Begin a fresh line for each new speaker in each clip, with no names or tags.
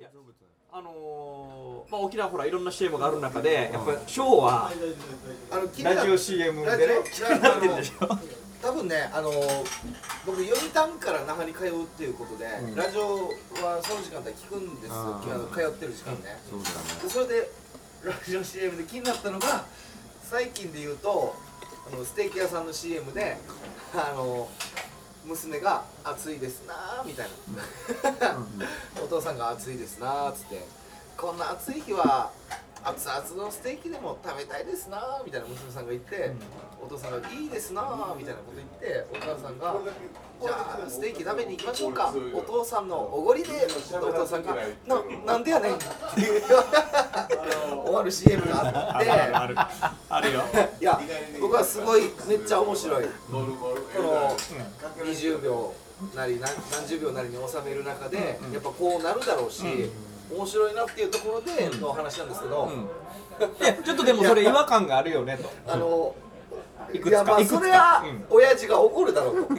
や
あのーまあ、沖縄ほらいろんな CM がある中でやっぱりショーは
あの気になる
ラジオ CM で
ラ
ね
ジオ
気になってるでしょ
多分ね、あの僕読谷から那覇に通うっていうことで、
うん
ラジオはその時間帯聞くんですよ
あー
あの通ってる時間ね、
そうだね
でそれでラジオ CM で気になったのが最近で言うとあのステーキ屋さんの CM であの娘が「暑いですな」みたいな、お父さんが「暑いですな」っつって「こんな暑い日は熱々のステーキでも食べたいですな」みたいな娘さんが言って、お父さんが「いいですな」みたいなこと言ってお母さんが「じゃあステーキ食べに行きましょうかお父さんのおごりで」お父さんが「ななんでやねん」っていう終わる CM があって
あるあるよ
いや僕はすごいめっちゃ面白いこの20秒なり何何十秒なりに収める中でやっぱこうなるだろうし面白いなっていうところでの話なんですけど
いやちょっとでもそれ違和感があるよねと
あの
いくつか
やまあ
いくつか
それは
うん
親父が怒るだろう と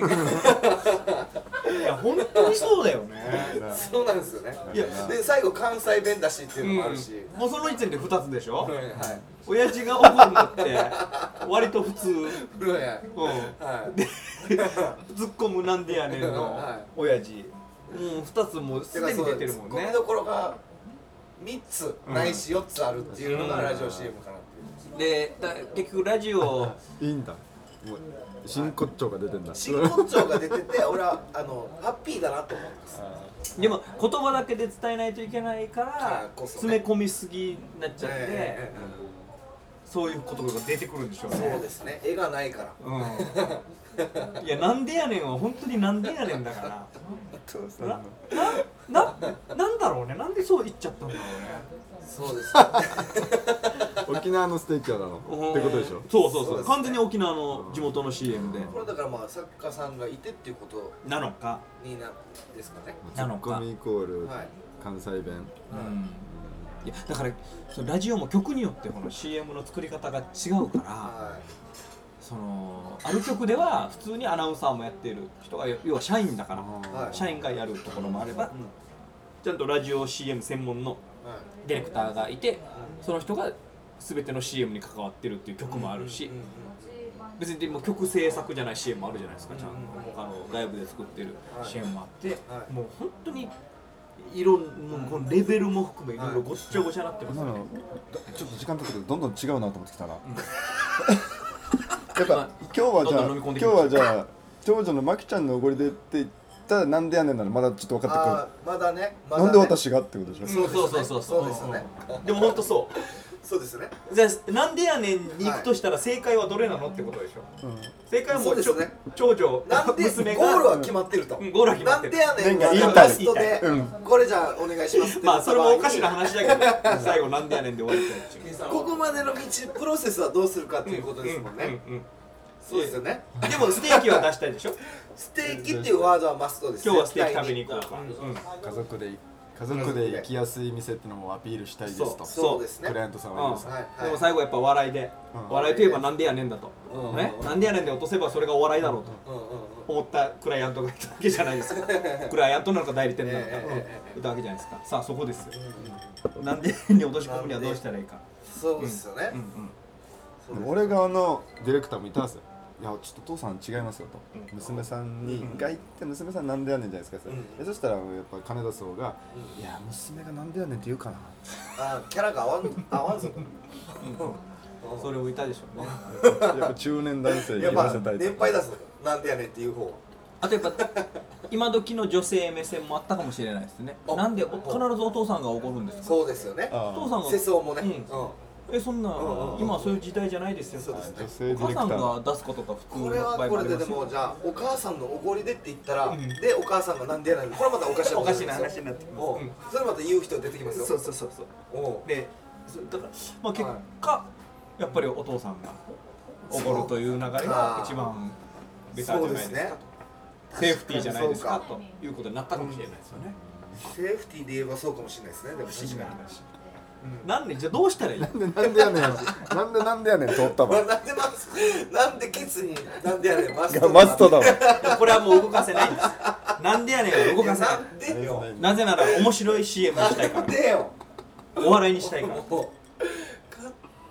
いや本当にそうだよね
そうなんですよね
いや
で最後関西弁だしっていうのもあるし
うん、もうその時点で2つでしょ
はいはい
親父が怒るのって割と普通、うん、
はいはい
で突っ込むなんでやねんの
はい
親父もう2つもうす
てか
で
そ
に
う
出てるもん
ツッコミ
ね
どころが3つないし4つあるっていうのが
うん
ラジオ CM かなっていう
でだ結局ラジオ
いいんだもう真骨頂が出てんだ
真骨頂が出てて俺はあのハッピーだなと思うんです
でも言葉だけで伝えないといけないか
あ
ら
こそね
詰め込みすぎになっちゃって、
え
そういう言葉が出てくるんでしょう
え
ね
そうですね絵がないから
うんいやなんでやねんは本当になんでやねんだからななななんだろうねなんでそう言っちゃったんだろ
そうです
沖縄のステーキ屋だの
うね
ってことでしょ
そうそうそう
そうですね
完全に沖縄の地元の CM で
これだからまあ作家さんがいてっていうこと
なのか
になるんですかね
ツ
なの
ッ
か
コミイコール
はい
関西弁
うんいやだからそのラジオも曲によってこの CM の作り方が違うから
は
そのある曲では普通にアナウンサーもやっている人が要は社員だから
はい
社員がやるところもあれば
い、うん
ちゃんとラジオ CM 専門の
はい
ディレクターがいてその人が全ての CM に関わってるっていう曲もあるし、
うんうん
別にでも曲制作じゃない CM もあるじゃないですかちゃんと
うんうん
他
うん
の外部で作ってる
はい
CM もあって、
はい
もう本当に色もうこのレベルも含めいろいろごっちゃごちゃなってます
今
よね
のだちょっと時間経ったけどどんどん違うなと思ってきたな、
ん
やっぱ今日はじゃあ
どんどん飲み込ん
今
で
日
きま
はじゃあ長女のまきちゃんのおごりでって言ったらなんでやねんならまだちょっと分か
あ
って
ーまだねま
く
だ
る、
ね
なんで私がってことでしょ、
そうですね
んそうそうそう
そうですよね
うんでも本当そ
そうですね
うじゃあなんでやねんに行くとしたら正解はどれなのってことでしょ
うん
正解はも
そう
う
ですね
長女
なんで
娘が
ゴールは決まってると
うんゴールは決まってる
なんでやねん
なんか言いたい
ラストで
うん
これじゃあお願いしますって
まあそれもおかしな話だけど最後なんでやねんで終わりたいっていう
ここまでの道プロセスはどうするかっていうことですもんね、
うんうんうん
そうですよね
でもステーキは出したいで しょ
ステーキっていうワードはマストです
今日はステーキ食べに行こうか、
絶対に
うん
家族で家族で行きやすい店ってのもアピールしたいですと
そうですね
クライアントさんは言います
はいはい
でも最後やっぱ笑いで、
うん
笑いといえばなんでやねんだと、
うん
ね
う、ん
なんでやねんで落とせばそれがお笑いだろうと
うんうんうん
思ったクライアントがいたわけじゃないです かクライアントなのか代理店なのか、
ええええ
いたわけじゃないですかさあそこですよ、なんでやねんに落とし込むにはどうしたらいいか、
そうですよね
うん、うん
そうです
俺側のディレクターもいたんですよいやちょっと父さん違いますよと、娘さんにが言って娘さんなんでやねんじゃないですか、
うん
でそしたらやっぱ金田総が、いや娘がなんでやねんって言うかな
あキャラが合わん合わんぞ
それをいたでしょうね
やっぱ 中年男性に
や
言
っ
わせ
ぱ
たい
年配だぞなんでやねんっていう方
あとやっぱ今時の女性目線もあったかもしれないですね
あ
なんでお必ずお父さんが怒るんですか
そうですよね
あ
お父さんが
世相もね
うん
う
えそんな、
んうんうん
今はそういう時代じゃないですよ
そうですね
女性デ
お
ィ
母
レクタ
さん
ーの
が出すことが普通
ん
の
これは
場合
こ
あり
れで
ます
で
よ
もじゃあお母さんのおごりでって言ったらでお母さんがなんでやねんこれまたおかしい
おかしな話になってきます
おう
うん
それまた言う人出てきますよ
そうそうそうそう
おう
でそだからまあ結果、やっぱりお父さんが怒るという流れが一番ベターじゃないですか
そうですね
とセーフティーじゃないですか
そう
ということになったかもしれないですよね、
セーフティーで言えばそうかもしれないですねでも確かに
なんでじゃあどうしたらいい
なんでなんでやねん なんでなんでやねん通った
まあ
わ
なんでマスなんでケツになんでやねんマス
がマストだわ
これはもう動かせないんですなんでやねんは動かせ
な
なん
でよ
いなぜなら面白い CM にしたいか
なんでよ
らお笑いにしたいから
もうか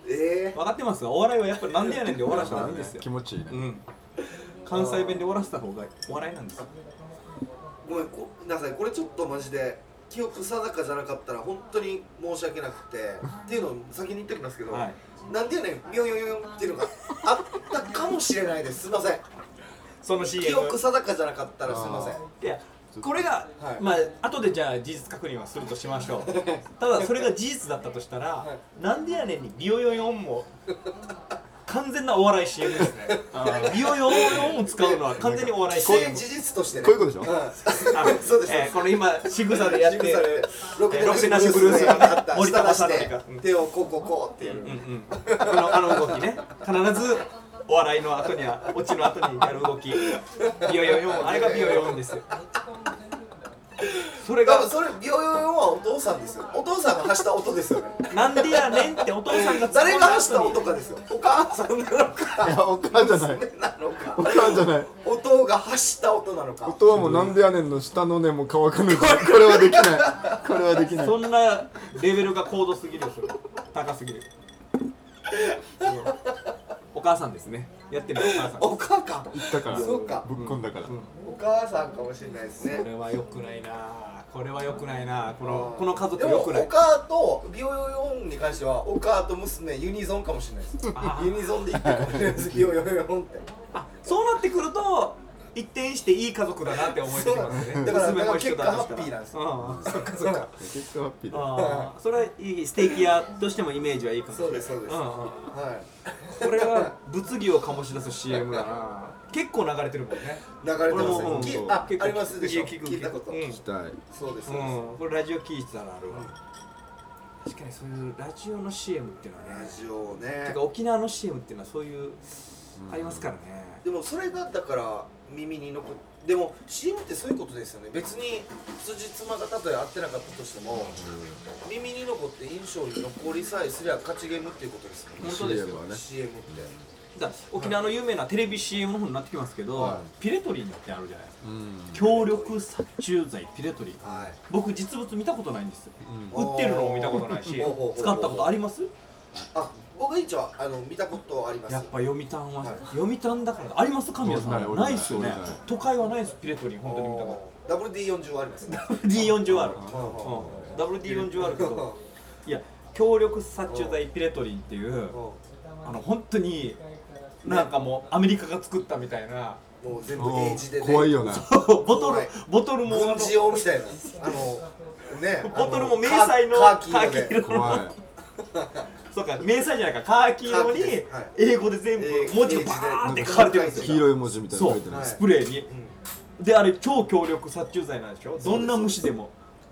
え
分かってますお笑いはやっぱりなんでやねんで終わらした方がいいんですよ
気持ちいいね
うん関西弁で終わらせた方がお笑いなんですよ
ー、ごめんごめんなさいこれちょっとマジで記憶定かじゃなかったら本当に申し訳なくてっていうのを先に言っておきますけど、
はい
なんでやねんミョンヨンヨンっていうのがあったかもしれないですすいません
その CM
記憶定かじゃなかったらすいません
あ
いやこれが、
はい
まあ後でじゃあ事実確認はするとしまし ょうただそれが事実だったとしたら、
は
なんでやねんにビオヨヨンも完全なお笑い CM ですねビオヨヨンを使うのは完全にお笑い
既
CM
成事実としてね
こういうことでしょ
ん
あ
そうです
えーこの今仕草でやって
仕草
る
でロ
えーロックなしブルース
やった
森
下
田
出
正
して
成かうん
手をこうこうこうってやる
うんうんこのあの動きね必ずお笑いの後にはオチの後にやる動きビオヨヨンあれがビオヨン ですよそれ
多
が
分それビヨヨヨンはお父さんですよお父さんが発した音ですよね
なんでやねんってお父さんが突っ込んだ後に
誰が発した音かですよお母さんなのか
いやお母じゃない
娘なのか
お母じゃない
お父が発した音なのか
音はもうなんでやねんの下のねもう乾かぬこれはできないこれはできない
そんなレベルが高度すぎるでしょ高すぎるお母さんですねやってるお母さん
お母か
言ったから
そうか
ぶっこんだから、
お母さんかもしれないですね
これは良くないなこれは良くないなこの
うん
この家族良くな
で
い
もお母とビヨヨヨンに関してはお母と娘ユニゾンかもしれないです
あー
ユニゾンで言ってるかもしれないですビヨヨヨンって
あそうなってくると一転していい家族だなって思い出します
そうな
ね
んだだから
娘も一緒だとした
だから結果ハッピーなんです
うん
そっかそっか
結構ハッピーだ
あーそれはいいステーキ屋としてもイメージはいいかもしれ
そう
ない
ですそうです
んん
は
これは物議を醸し出す CM だな結構流れてるもんね
い流れてます
俺も
よ
うん
き
そう
あ
結構
ありますでしょ
聞く
聞いたこと
うん
聞きたい
そうですそうです
うん、これラジオ聞いてたらあるわ、確かにそういうラジオの CM っていうのは
ラ
ね
ジオ
て
ね
か沖縄の CM っていうのはそういう、
うん
ありますからね
でもそれがだから耳に残っでも CM ってそういうことですよね別に辻褄がたとえ合ってなかったとしても耳に残って印象に残りさえすりゃ勝ちゲームっていうことですよね
本当ですよ
CM はね
CM って
だから沖縄の有名なテレビ CM の方になってきますけど、
はい
ピレトリンってあるじゃないですか
うん
協力殺虫剤ピレトリン
はい
僕実物見たことないんですよ
うん
お
売ってるのも見たことないし
ほうほうほうほう
使ったことあります
あ僕一応あの見たことあります
やっぱ読谷は、
はい
読谷だからあります神谷さん
ない俺な
ないいっすよね
俺ない
都会はないですピレトリン本当に見たこ
あー WD40 ありますね
と D40 ある
あ
うん、WD40 あるけどいや強力殺虫剤ピレトリンっていう
も
あの本当になんかもうアメリカが作ったみたい な
う全部
お
英字で
ー
ね
怖いよな
ボトル
はい
ボトルもあ
文
の
字用みたいなあのね
ボトルも迷彩の
カーキー
カーキ
色で
色
怖い
そうか迷彩じゃないかカーキ色に
カーキですはい
英語で全部
英
文字が
英字で
バーンって書かれてるんです
黄
よ
色い文字みたいなの
そ
書いてる
は
う
い
スプレーに
うん
であれ超強力殺虫剤なんでしょどんな虫でも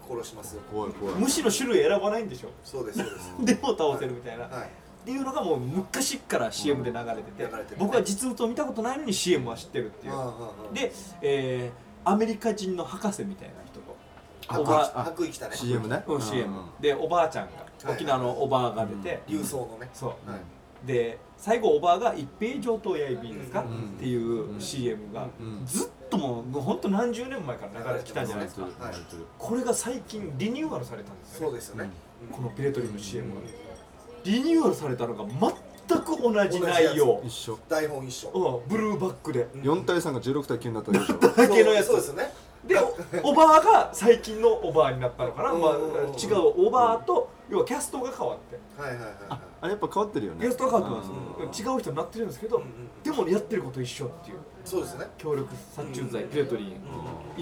殺しますよ
怖い怖い
虫の種類選ばないんでしょ
そうですそうです
でも倒せるみたいな
はい
っていうのがもう昔っから CM で流れてて,、
うん流れてるね
僕は実物を見たことないのに CM は知ってるっていう、
で
で、えーアメリカ人の博士みたいな人
あ
とおばあ
あ
白衣来たね
CM ね
うん CM
うん
でおばあちゃん
は
が
い
沖縄のおばあが出て、
流送のね
そ
はいう
で最後おばあが一平上等やいびんですか、
うん
っていう CM が、
うん
ずっともうもうほんと何十年前から流れてきたじゃないですか
流れてる流れてる
これが最近リニューアルされたんですよ、
そうですよね
このピレトリの CM が、リニューアルされたのが全く同じ
同じやつ
内容
一緒
台本一緒
うん、ブルーバックで
4対3が16対9になったでしょ
だけのやつ
そうそうですよね
でおおばあが最近のおばあになったのかな、
うん
まあ、違うおばあと要はキャストが変わって
はいはいはいはい
あれやっぱ変わってるよね
キャストが変わって
うん
ます、違う人になってるんですけど、
うんうん
でもやってること一緒っていう
そうですよね
協力殺虫剤
うん
ピレトリン、
うん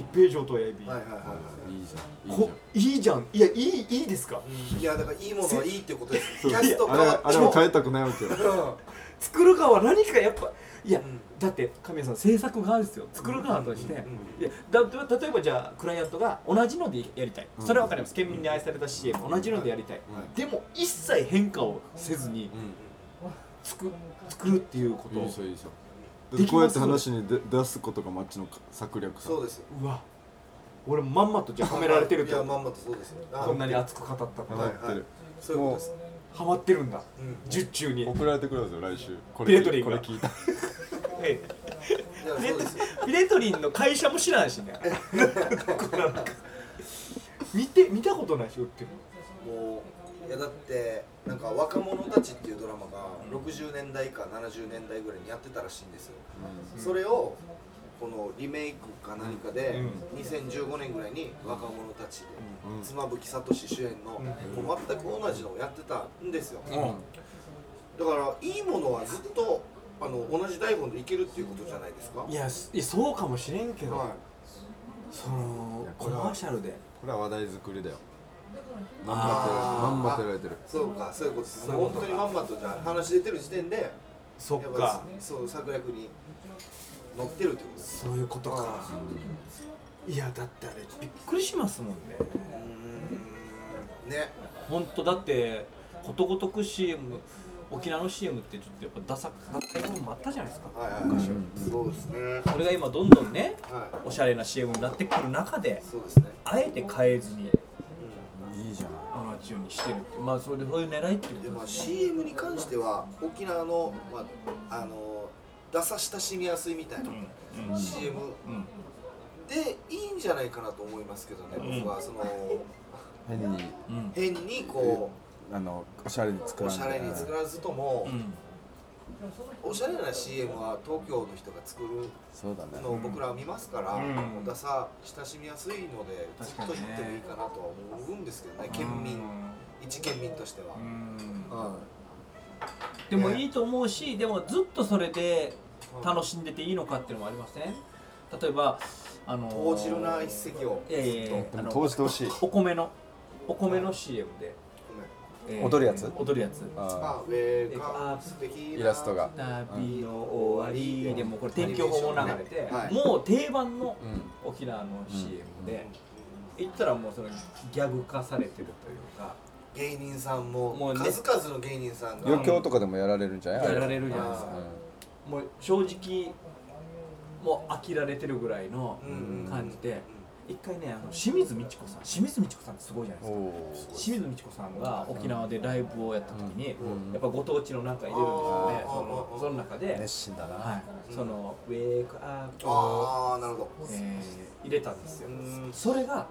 一平上等やエビ、
はいはいはいはい
いいじゃんいいじゃ
こいいじゃんいやいいいいですか
いやだからいいものはいいってことです
そう
キャスト
んあ
変
れ
わっ
あれ
て
は
も
変えたくないわけよ
作る側は何かやっぱいや、
うん
だって神谷さん制作側ですよ作る側として、
うん
いやだ例えばじゃあクライアントが同じのでやりたい、
うん
それは分かります県民に愛された CM 同じのでやりたい、
はい
でも一切変化をせずに作作るっていうこ
うん
と
いい
を
じゃんいいじ
で
ゃ
きま
ん
す
こうやって話に出出すことがマッチの策略さ
そうですよ
うわ俺まんまとじゃあ褒められてるって
い
こ
や
と
まんまとそうですよあ
こんなに熱く語ったから
やってる
そういうことです
ハマってるんだ
うん
術中に
送られてくるんですよ来週こ
ピレトリーが
これ聞いた
ええ
やそうですよ
ピレトリンの会社も知らんしねなんか見て見たことないし売ってる
もういやだってなんか「若者たち」っていうドラマが60年代か70年代ぐらいにやってたらしいんですよ、
うん
それをこのリメイクか何かで
う
2015年ぐらいに「若者たち」で
うん
妻夫木聡主演の
う
もう全く同じのをやってたんですよ、
うん
だからいいものはずっとあの同じ台本でいけるっていうことじゃないですか
いやすいやそうかもしれんけど、
は
その
いや
コ
これは
マーシャルで
これは話題作りだよまん
あー
まとまんまとやられてる
いそうかそういうことです
そういうこと
本当にまんまとじゃあ話出てる時点で
そっ
やっ
か
ぱりそう策略に乗ってるってことです
そういうことかいやだってあれびっくりしますもんね
うーんね
本当だってことごとく CM 沖縄の CM ってちょっとやっぱダサダサい部分もあったじゃないですか
はいはいはいそうですね
それが今どんどんね
は
おしゃれな CM になってくる中で
いそうですね
あえて変えずに
いいじゃん
同じようにしてるってまあそれでそういう狙いって
で
いう
ま
こ
あ CM に関しては沖縄のまああの出さ親しみやすいみたいな
とうんうん
CM
うん
でいいんじゃないかなと思いますけどね僕はその
変に
うん
変にこ
あのおしゃれに作
うお
らん
しゃれに作らずと
う
も
ん
おしゃれな CM は東京の人が作る
そうだね
のを僕らは見ますから、
うん
もうダサ親しみやすいのでず
確か
っ
に
と
ね
言ってもいいかなとは思うんですけどね県民一県民としては
う、ん
うん
でもいいと思うしでもずっとそれで楽しんでていいのかっていうのもありません例えばあの
投じるな一石を
いやいやいや
で
あ
も
の
投じてほしい
お米のお米の CM で、
ごめん
えー
踊るやつ
踊るやつ
あ
あウェルカム素敵な
イラストが
旅の終わりでもうこれ天気予報も流れて、
はい
もう定番の
ーうん
沖縄の CM で、
う
言ったらもうそのギャグ化されてるというか
ん芸人さんも
もうね
数々の芸人さんが
よ
余興とかでもやられるんじゃない
やら
る
れるじゃないですかもう正直もう飽きられてるぐらいの
うん
感じで一回ねあの清水美智子さん清水美智子さんってすごいじゃない
お
ですか
お
清水美智子さんが沖縄でライブをやった時に、
うん
やっぱご当地のなんか入れるんですよね
あー
そのその中で、
熱心だ
は、
ない
そのウェイクアップを、
ああなるほど
えー入れたんですよ
うん
それが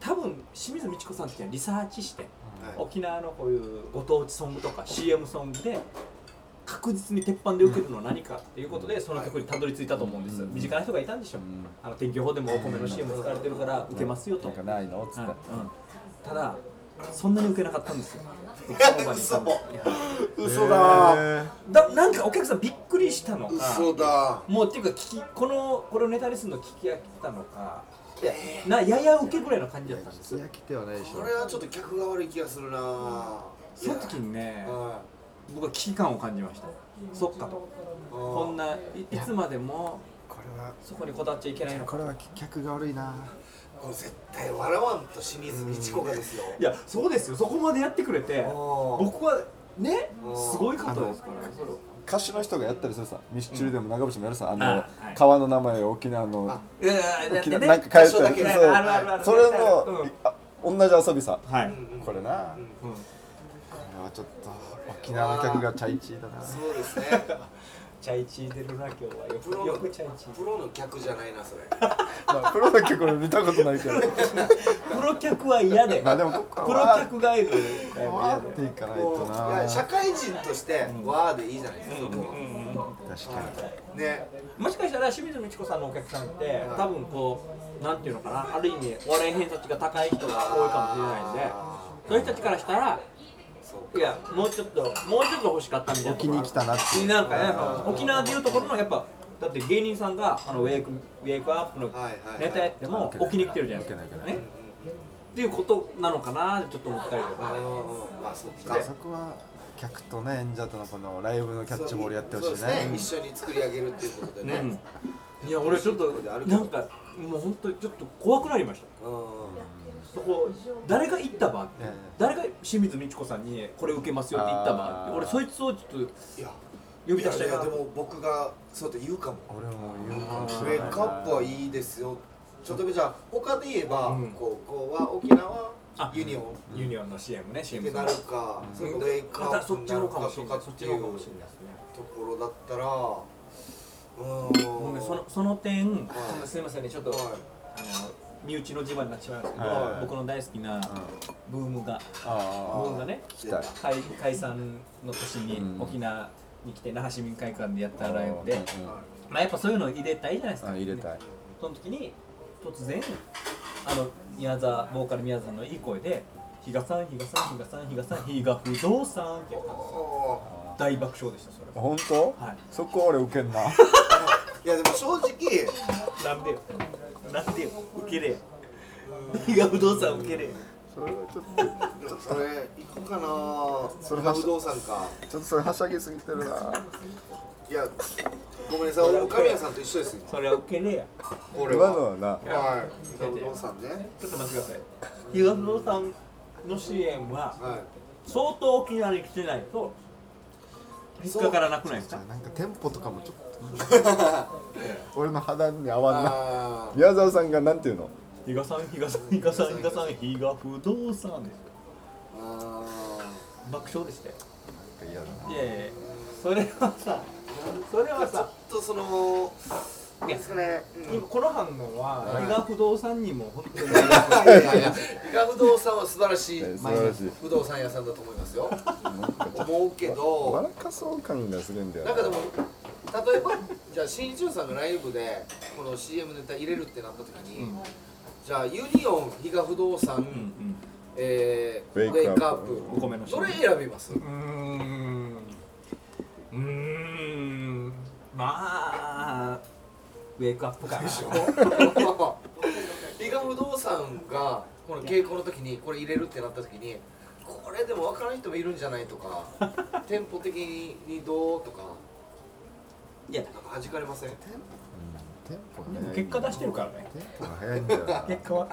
多分清水美智子さんっていうのはリサーチして
はい
沖縄のこういうご当地ソングとか CM ソングで確実に鉄板で受けるのは何かっていうことでその曲にたどり着いたと思うんです
うん
身近な人がいたんでしょ
うん
あの天気予報でもお米の CM 使われてるから受けますよと
なんかないのっつっ
はい
て
うんただそんなに受けなかったんですよ
嘘
いや
嘘だー
へー
だなんかお客さんびっくりしたのか
嘘だ
もうっていうか聞きこのこれをネタにするの聞き飽きたのかいやなやや受けぐらいの感じだったんですよ
焼きてはないでし
これはちょっと客が悪い気がするなー
その時にね
は
僕は危機感を感じましたそっかと
い
こんないいつまでも
これは
そこにこだわっちゃいけないのか
これは客が悪いな
これ絶対笑わんと清水美智子がですよ
いやそうですよそこまでやってくれて
僕
僕はね
うん
すごい方ですからそれを
歌手の人がやったりするさミスチルでも長渕もやるさあ
あ
の
はい
川の名前を沖縄の
あ
いやいやいやだってね
なんか変え
箇所だけ
た
ね
りそう
あるあるある
それ
う
の
ん
あ同じ遊びさ
はい
これな
うん
これはちょっと沖縄の客がチャイチーだ な
そうですね
チャイチー出るな今日はよ
プロ
く
の
よくチャイチー
プロの客じゃないなそれ
まあプロの客俺見たことないけど
プロ客は嫌で
まあでもここ
プロ
は
客がいる
わーっていかないと
もうい
な
や社会人として「わ」でいいじゃないですかそこは
確かに
ね
もしかしたら清水美智子さんのお客さんって多分こうなんていうのかなある意味お笑い偏差値が高い人が多いかもしれないんでそういう人たちからしたら
そう
いやもうちょっともうちょっと欲しかったみたいな
沖に来たなっていう
なんかね沖縄でいうところのやっぱだって芸人さんがあのウェイクウェイクアップの
はいはいはい
ネタやっても沖に来てるじゃないです
受け
か
ない
ねっていうことなのかなってちょっと思ったりと
あ
か
のまあそっか
そこは客とね演者とのこのライブのキャッチボールやってほ
そう
し
で
い
す
ね
ね一緒に作り上げるっていうことでねうん
いや俺ちょっとなんかもう本当にちょっと怖くなりましたそこ誰が行ったばって、
ええ
誰が清水美智子さんにこれ受けますよって言ったばって
あー
俺そいつをちょっと
いや
呼び出したい
いやい
な
や
と
で
思って
も僕がそうやって言うかも
俺も言うか
ウ
もし
ェ
れ
イク
ない
アップはいいですよちょっとじゃあ他で言えば
うん
こうこうは沖縄
あ
ユニオン
ユニオンの CM ね CM
ってなるかそれかウェイク
ま
ア
た
ップ
そっ
に
ち
な
の
る
か
か
もし
と
れな
か
い
っ
そってち
い
のかもしれない
う
ですね
ところだったら
ごめんその
う
その点、
はい
すみませんねちょっと、
ーん
あの身内の自慢になっちまうんですけど、
はい
僕の大好きなブームが、ブ
あ
ームがね
聞きたい
解解散の年
うん
に沖縄に来て那覇市民会館でやったライブ
う
で
ん、
まあ、やっぱそういうのを入れたいじゃないですか、
あ入れたい
その時に突然あの宮沢ボーカル宮沢のいい声で「比嘉さん比嘉さん比嘉さん比嘉さん比嘉不動産」って
お
大爆笑でしたそれは
本当
はい
そこ俺ウケんな
ーいやでも正直
なんでよなんでよ受けれよ比嘉不動産受けれよ
それはちょっとち
それ行こうかな
それ
不動産か
ょっとそれはしゃぎすぎてるない
やごめんなさい岡宮さんと一緒ですよ
それは受けれや
これ
今の
は
はな
はい伊賀不動産ね
ちょっと待ってください比嘉不動産の支援は
は
相当沖縄に来てないと引っかからなくないです
じゃ
か
あなんかテンポとかもちょっと
俺の肌に合
い
わんな
あ
宮沢さんがなんていうの
比嘉さん比嘉さん比嘉さん比嘉さん比嘉不動産です
ーあ
爆笑でしたよ
嫌だない
やいやいやそれはさそれ
ー
は
ちょ
さ
っとその
いや
ですかねうん
今この反応は
はい
伊賀不動産にも本当に
いやいやいや伊賀不動産は素晴らしい
素晴らしい
不動産屋さんだと思いますよ
なんかちょっ
思うけ
と
ど
笑かそう感がするんだよ
なんかでも例えばじゃあ新潮さんがライブでこの CM ネタ入れるってなった時に、
うん
じゃあユニオン比嘉不動産、
うん
えー、
ウェイクアップ
お米の
どれ選びます
うーんうーんまあウェイクアップかな
伊賀不動産がこの稽古の時にこれ入れるってなった時にこれでも分からん人もいるんじゃないとか店舗的にどうとか
いや
なんか弾かれません
テンポ
で
ね
も結果出してるからね
テンポが早いんだよな
結果は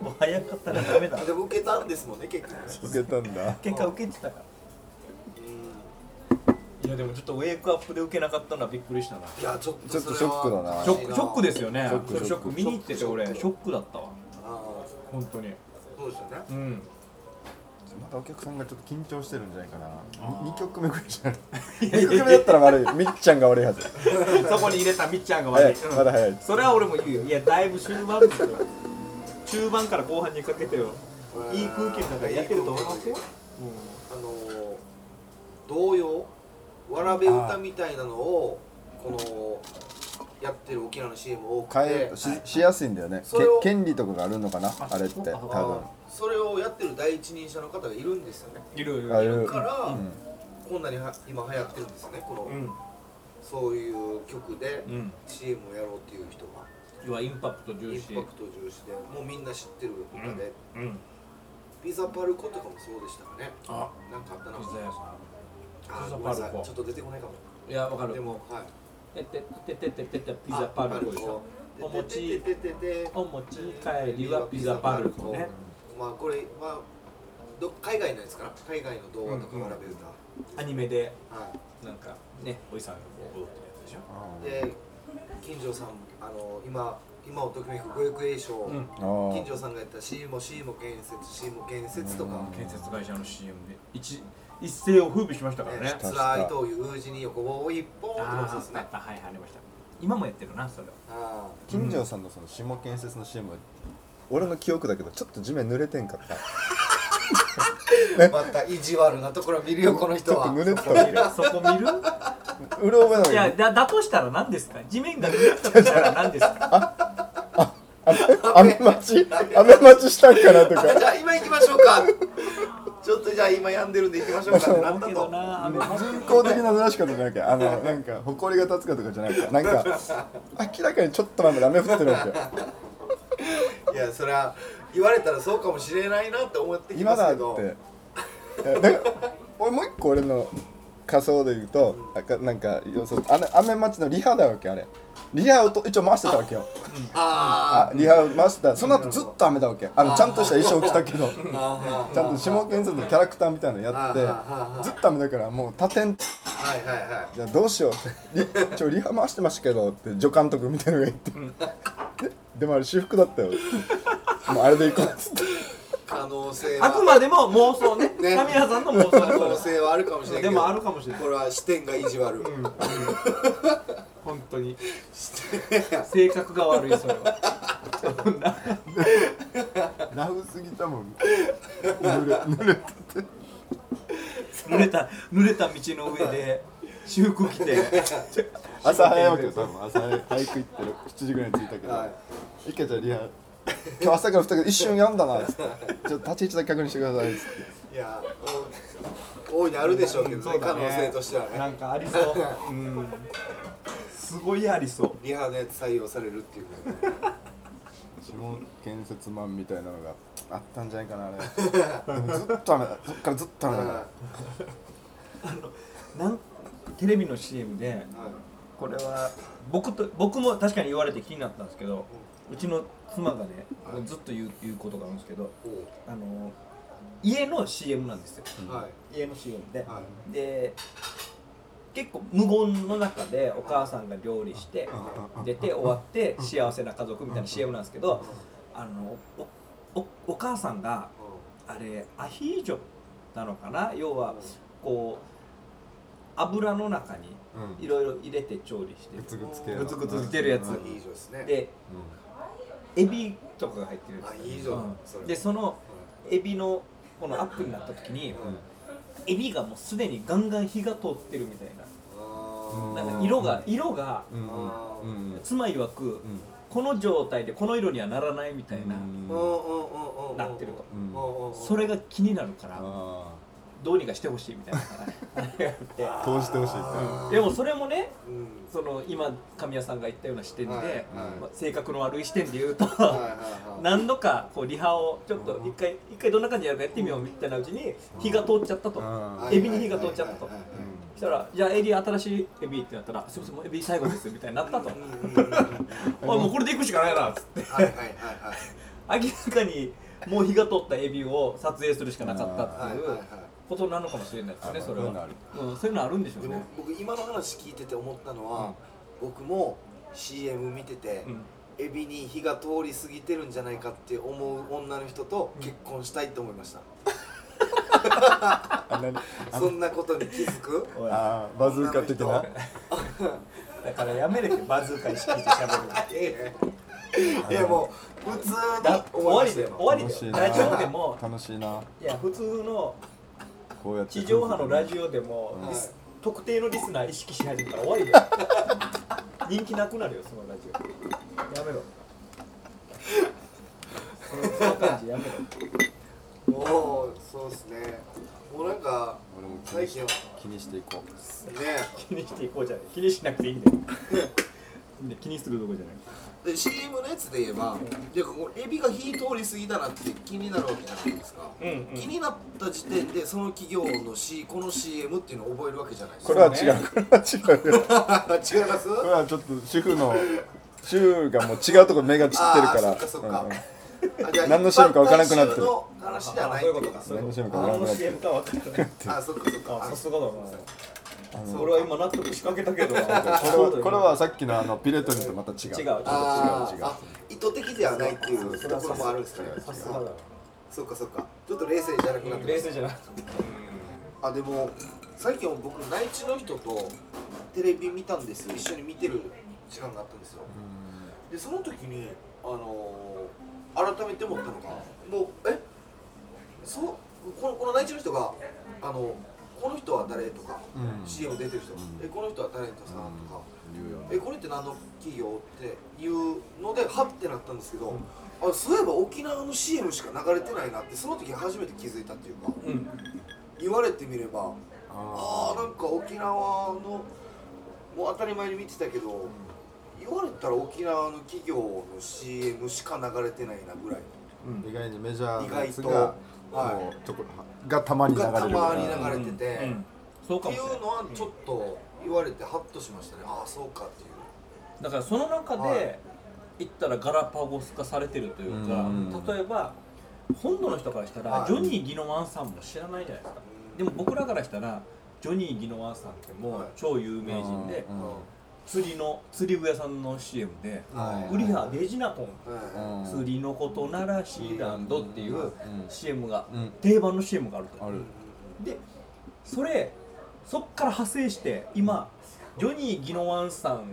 もう早かったらダメだ
でも受けたんですもんね結局
受けたんだ
結果受けてたから
うん
いやでもちょっとウェイクアップで受けなかったのはびっくりしたない
やちょっとそれ
ち
は
ょっとショックだな
ショックショックですすよね
ショック
それショック
ショック
見に行ってて俺
ショッ
シ
ク
ョックだったわ
あ
本当に
ーそうですよね
うん
またお客さんがちょっと緊張してるんじゃないかな
ー
2曲目ぐらいじゃない
いやい
2
や
曲目だったら悪いみっちゃんが悪いはず
そこに入れたみっちゃんが
早
悪
い
い。
まだ早い
それは俺も言うよ。いや、だいぶ終盤ですよ。中盤から後半にかけてよ。いい空気の中でやってると思いますよ。
あのー童謡わらべ歌みたいなのをこのやってる沖縄の CM 多く
変え
て
ししやすいんだよね
それを
け権利とかがあるのかなあれって多
そうか
あー
分
それをやってる第一人者の方がいるんですよね
いろい
あ
ろ。
いる
だから、
うん
こんなには今流行ってるんですよねこの、
うん。
そういう曲で
うん。
CM をやろうっていう人が
要はインパクト
イ
重
ン
視。
パクト重視でもうみんな知ってる歌で、
うん。
ピザパルコとかもそうでしたかね
あ、
なんかあったな
突然やさ。
あー
ピザ
ごめん
パ
な
ルコ
さいちょっと出てこないかも
いや、わかる。
で
でも、
もはい
てっててててててピザパルコでしょ。
あ
お餅
ででででで
お持ち帰りはピザパルコね。
まあこれまあど海外のやつかな海外の童話とか
うん
並
うん
べ歌、
アニメで、
は
なんか、ね、おじさんがこう踊ってるやつでしょ。
いで金城さんあの今今をときめくご育栄賞、
うん。
あー
金城さんがやった C も C も建設 C も建設とか、
建設会社の CM で一一世を風靡しましたから
ね
ね。
辛いという字に横棒一本ってことですね
あはいはいありました今もやってるなそれ
あ
金城さんのその下建設の CM 俺の記憶だけどちょっと地面濡れてんかった
ーまた意地悪なところ見るよこの
ち
人
ょっと
は
濡れてたわ
そこ見る
うろ覚えないの
や
に
だだとしたら何ですか地面が濡れてたとしたら何です か
雨待ち雨待ちしたんかなと
あ
か
じゃあ今行きましょうかちょっとじゃあ今病んでるんで行きましょうかってなった
けど
と
な雨も
人工的な濡らし方じゃなきゃあのなんか埃が立つかとかじゃなくてなんか明らかにちょっと前まで雨降ってるんです よ
いやそれは言われたらそうかもしれないなって思ってきま
今
す
だ
け
っ
ど
ていやだから俺もう一個俺の仮想で言うとあかなんか要するにあの雨待ちのリハだわけあれリハをと一応回してたわけよあ
あ
リハを回してたその後ずっと雨だわけあのちゃんとした衣装着たけど
ーあ ー
ちゃんと下建設のキャラクターみたいなのやって
あー
ずっと雨だからもう他店
はいはいはい
じゃあどうしようって「リちょリハ回してましたけど」って助監督みたいなのが言ってででもあれ私服だったよもうあれで行こうっつって
可能性は
あくまでも妄想ね
ね
神谷さんの妄
可
想
能
です
性はあるかもしれないけ
で
ど
もあるかもしれない
これは視点が意地悪、
本当に 性格が悪いそれは
ラフすぎたもん
濡れた濡れた道の上 で修復着て
朝早くよ多分朝早く早く行ってる7時ぐらいに着いたけど
はい
一回じゃあリハ
今日朝から二人一瞬やんだなっつってちょっと立ち位置だけ確認してくださいっつって
いや大いにあるでしょうけどね、可能性としては
な
ね
んかありそう うんすごいありそう
リハのやつ採用されるっていうね
指紋建設マンみたいなのがあったんじゃないかなあれでもずっと雨だそっからずっと雨だから
なんテレビの CM で
は
これは僕と僕も確かに言われて気になったんですけどうちの妻がね
はい
ずっと言う言うことがあるんですけど
いおう
あの家の CM なんですよ
は
家の CM で、
いは
で結構無言の中でお母さんが料理して出て終わって幸せな家族みたいな CM なんですけどあのおおお母さんがあれアヒージョなのかな要はこう油の中にいろいろ入れて調理して
グ
る
ツグツ系
グツグツしてるやつ
うん
いいい以上ですね
でエビとかが入ってるんです
あ
よ
いい以上
うん
それ
でそのエビのこのアップになった時にエビがもうすでにガンガン火が通ってるみたいな
あ
なんか色が色が
うんうんうんうん
妻曰く
うん
この状態でこの色にはならないみたいな
うんうんうんうん
なってると
うん
それが気になるから
あ
どうにかしてほしいみたいな
あ 通してほしいって
でもそれもね
うん
その今神谷さんが言ったような視点で、
はいはい
まあ性格の悪い視点で言うと
はいはいはい
何度かこうリハをちょっと一回一回どんな感じやるかやってみようみたいなうちに火が通っちゃったと
あ
エビに火が通っちゃったと
はいはいはい
そしたら「じゃあエビ新しいエビ」ってなったら「すいませんもうエビ最後です」みたいになったと
うんうんうんうん
「おいもうこれでいくしかないな」っつって
はいはいはいはい
明らかにもう火が通ったエビを撮影するしかなかったっ
は
て
い
い
はいうは
ことなのかもしれないですねそ
そ
れ
ういうのあ
は
る、
うん、そういうのあるんでしょ
いうでも
ね
僕今の話聞いてて思ったのは、僕も CM 見てて、
うん
エビに火が通り過ぎてるんじゃないかって思う女の人と
うん
結婚したいと思いました、
あ何
そんなことに気 づく
おい
あーバズーカ的な
だからやめれってバズーカ意識してしゃべる
いやいやいやもう普通に
だ終
思い
わ
ま
り
した
で
よ
終わり
楽し
で
いな
ラジオでも
楽しいない
や普通の
こうやって
地上波のラジオでも、
うん
リス特定のリスナー意識し始めたら終わ りだよ人気なくなるよそのラジオやめろそのその感じやめろ
もうそうですねもうなんか
俺も気
最
にし
近は
気にしていこう
ね
気にしていこうじゃない気にしなくていいんだよね 気にするとこじゃない
で CM のやつで言えばでこうエビが火通り過ぎたなって気になるわけじゃないですか、
うんうん
気になった時点でその企業の、C、この CM っていうのを覚えるわけじゃないです
こ
か
れは違うこれは違うよ
違います
これはちょっと主婦の主婦がもう違うとこ目が散ってるか
あ
ら
ーそっかそっか
うんうん
あじゃあ
何の CM か分からなくなってる
一般大衆の話じゃない
あそういうことか
あ
そういうこ
何の CM
と
か
か
分
何
からなく
の
なっ
CM
て
か分からない
そっかそっか
あさすがだな俺は今納得しかけたけど
これはこれはさっきのあのピレトリとまた違う
違う違う
あ
違う違
ー
う
あ意図的ではないっていうところもあるんですかね
さすがだな
そっかそっかちょっと冷静じゃなくなって
冷
ます
静じゃなくて
あでも最近僕内地の人とテレビ見たんですよ一緒に見てる時間があったんですよでその時にあのー改めて思ったのがもうえそうこのこの内地の人があのこの人は誰とか、
うん
CM 出てる人、えこの人はタレントさんとか、
言うよ
えこれって何の企業っていうのでハッてなったんですけど、あそういえば沖縄の CM しか流れてないなってその時初めて気づいたっていうか
うん
言われてみればあ
あ
ーなんか沖縄のもう当たり前に見てたけど言われたら沖縄の企業の CM しか流れてないなぐらい
ー意外にメジャーなやつ
意外
が
とはい
もうちょこがたまに流れる
がたまに
る
流れてて、
うんう
っ
んそう
て
かも
い
しれないう
のはちょっと言われてハッとしましたねああそうかっていう
だからその中で、
はい
言ったらガラパゴス化されてるというか、
うんうん
例えば本土の人からしたら、
はい
ジョニー・ギノワンさんも知らないじゃないですかでも僕らからしたらジョニー・ギノワンさんってもう
はい
超有名人で、釣りの釣り具屋さんの CM で「
はい
ウリハ・デジナポン
は
釣りのことならシーランド」っていう CM が、
うん
定番の CM があると。
ある
でそれそっから派生して今ジョニー・ギノワンさん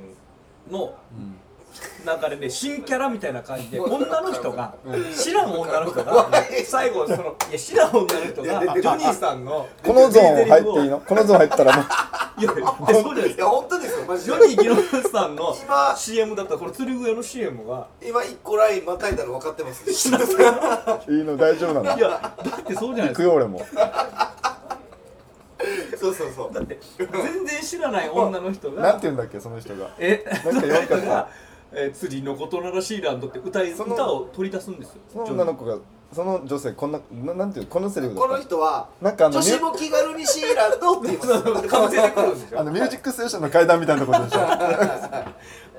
の
うん
流れで新キャラみたいな感 じで女の人が知らん女の人が最後そのいや知らん女の人がジョニーさんの
このゾーン入っていいのこのゾーン入ったらもう
いやいやそうじゃないです
いや本当ですよマジ
ジ
で
ョニー・ギノンさんの
今
CM だったらこの釣り具屋の CM は
今一個ラインまたいだの分かって ま
い
す
いの大丈夫ないの
やだってそうじゃないです
行く
か
よ俺も
そうそうそう
だって全然知らない女の人
なん
が
て言うんだっけその人が
え
なんか言わんかった
がえー釣りのことならシーランドって歌い
その
歌を取り出すんですよ
その女の子がその女性こんなななんていうこのセリフだ
この
った
人は
なんかあのミ
女子
ュ
も気軽にシーランドって言いま す
そうかぶせてくるんでし
あ
ょ
のミュージックステーションの階段みたいなところでしょ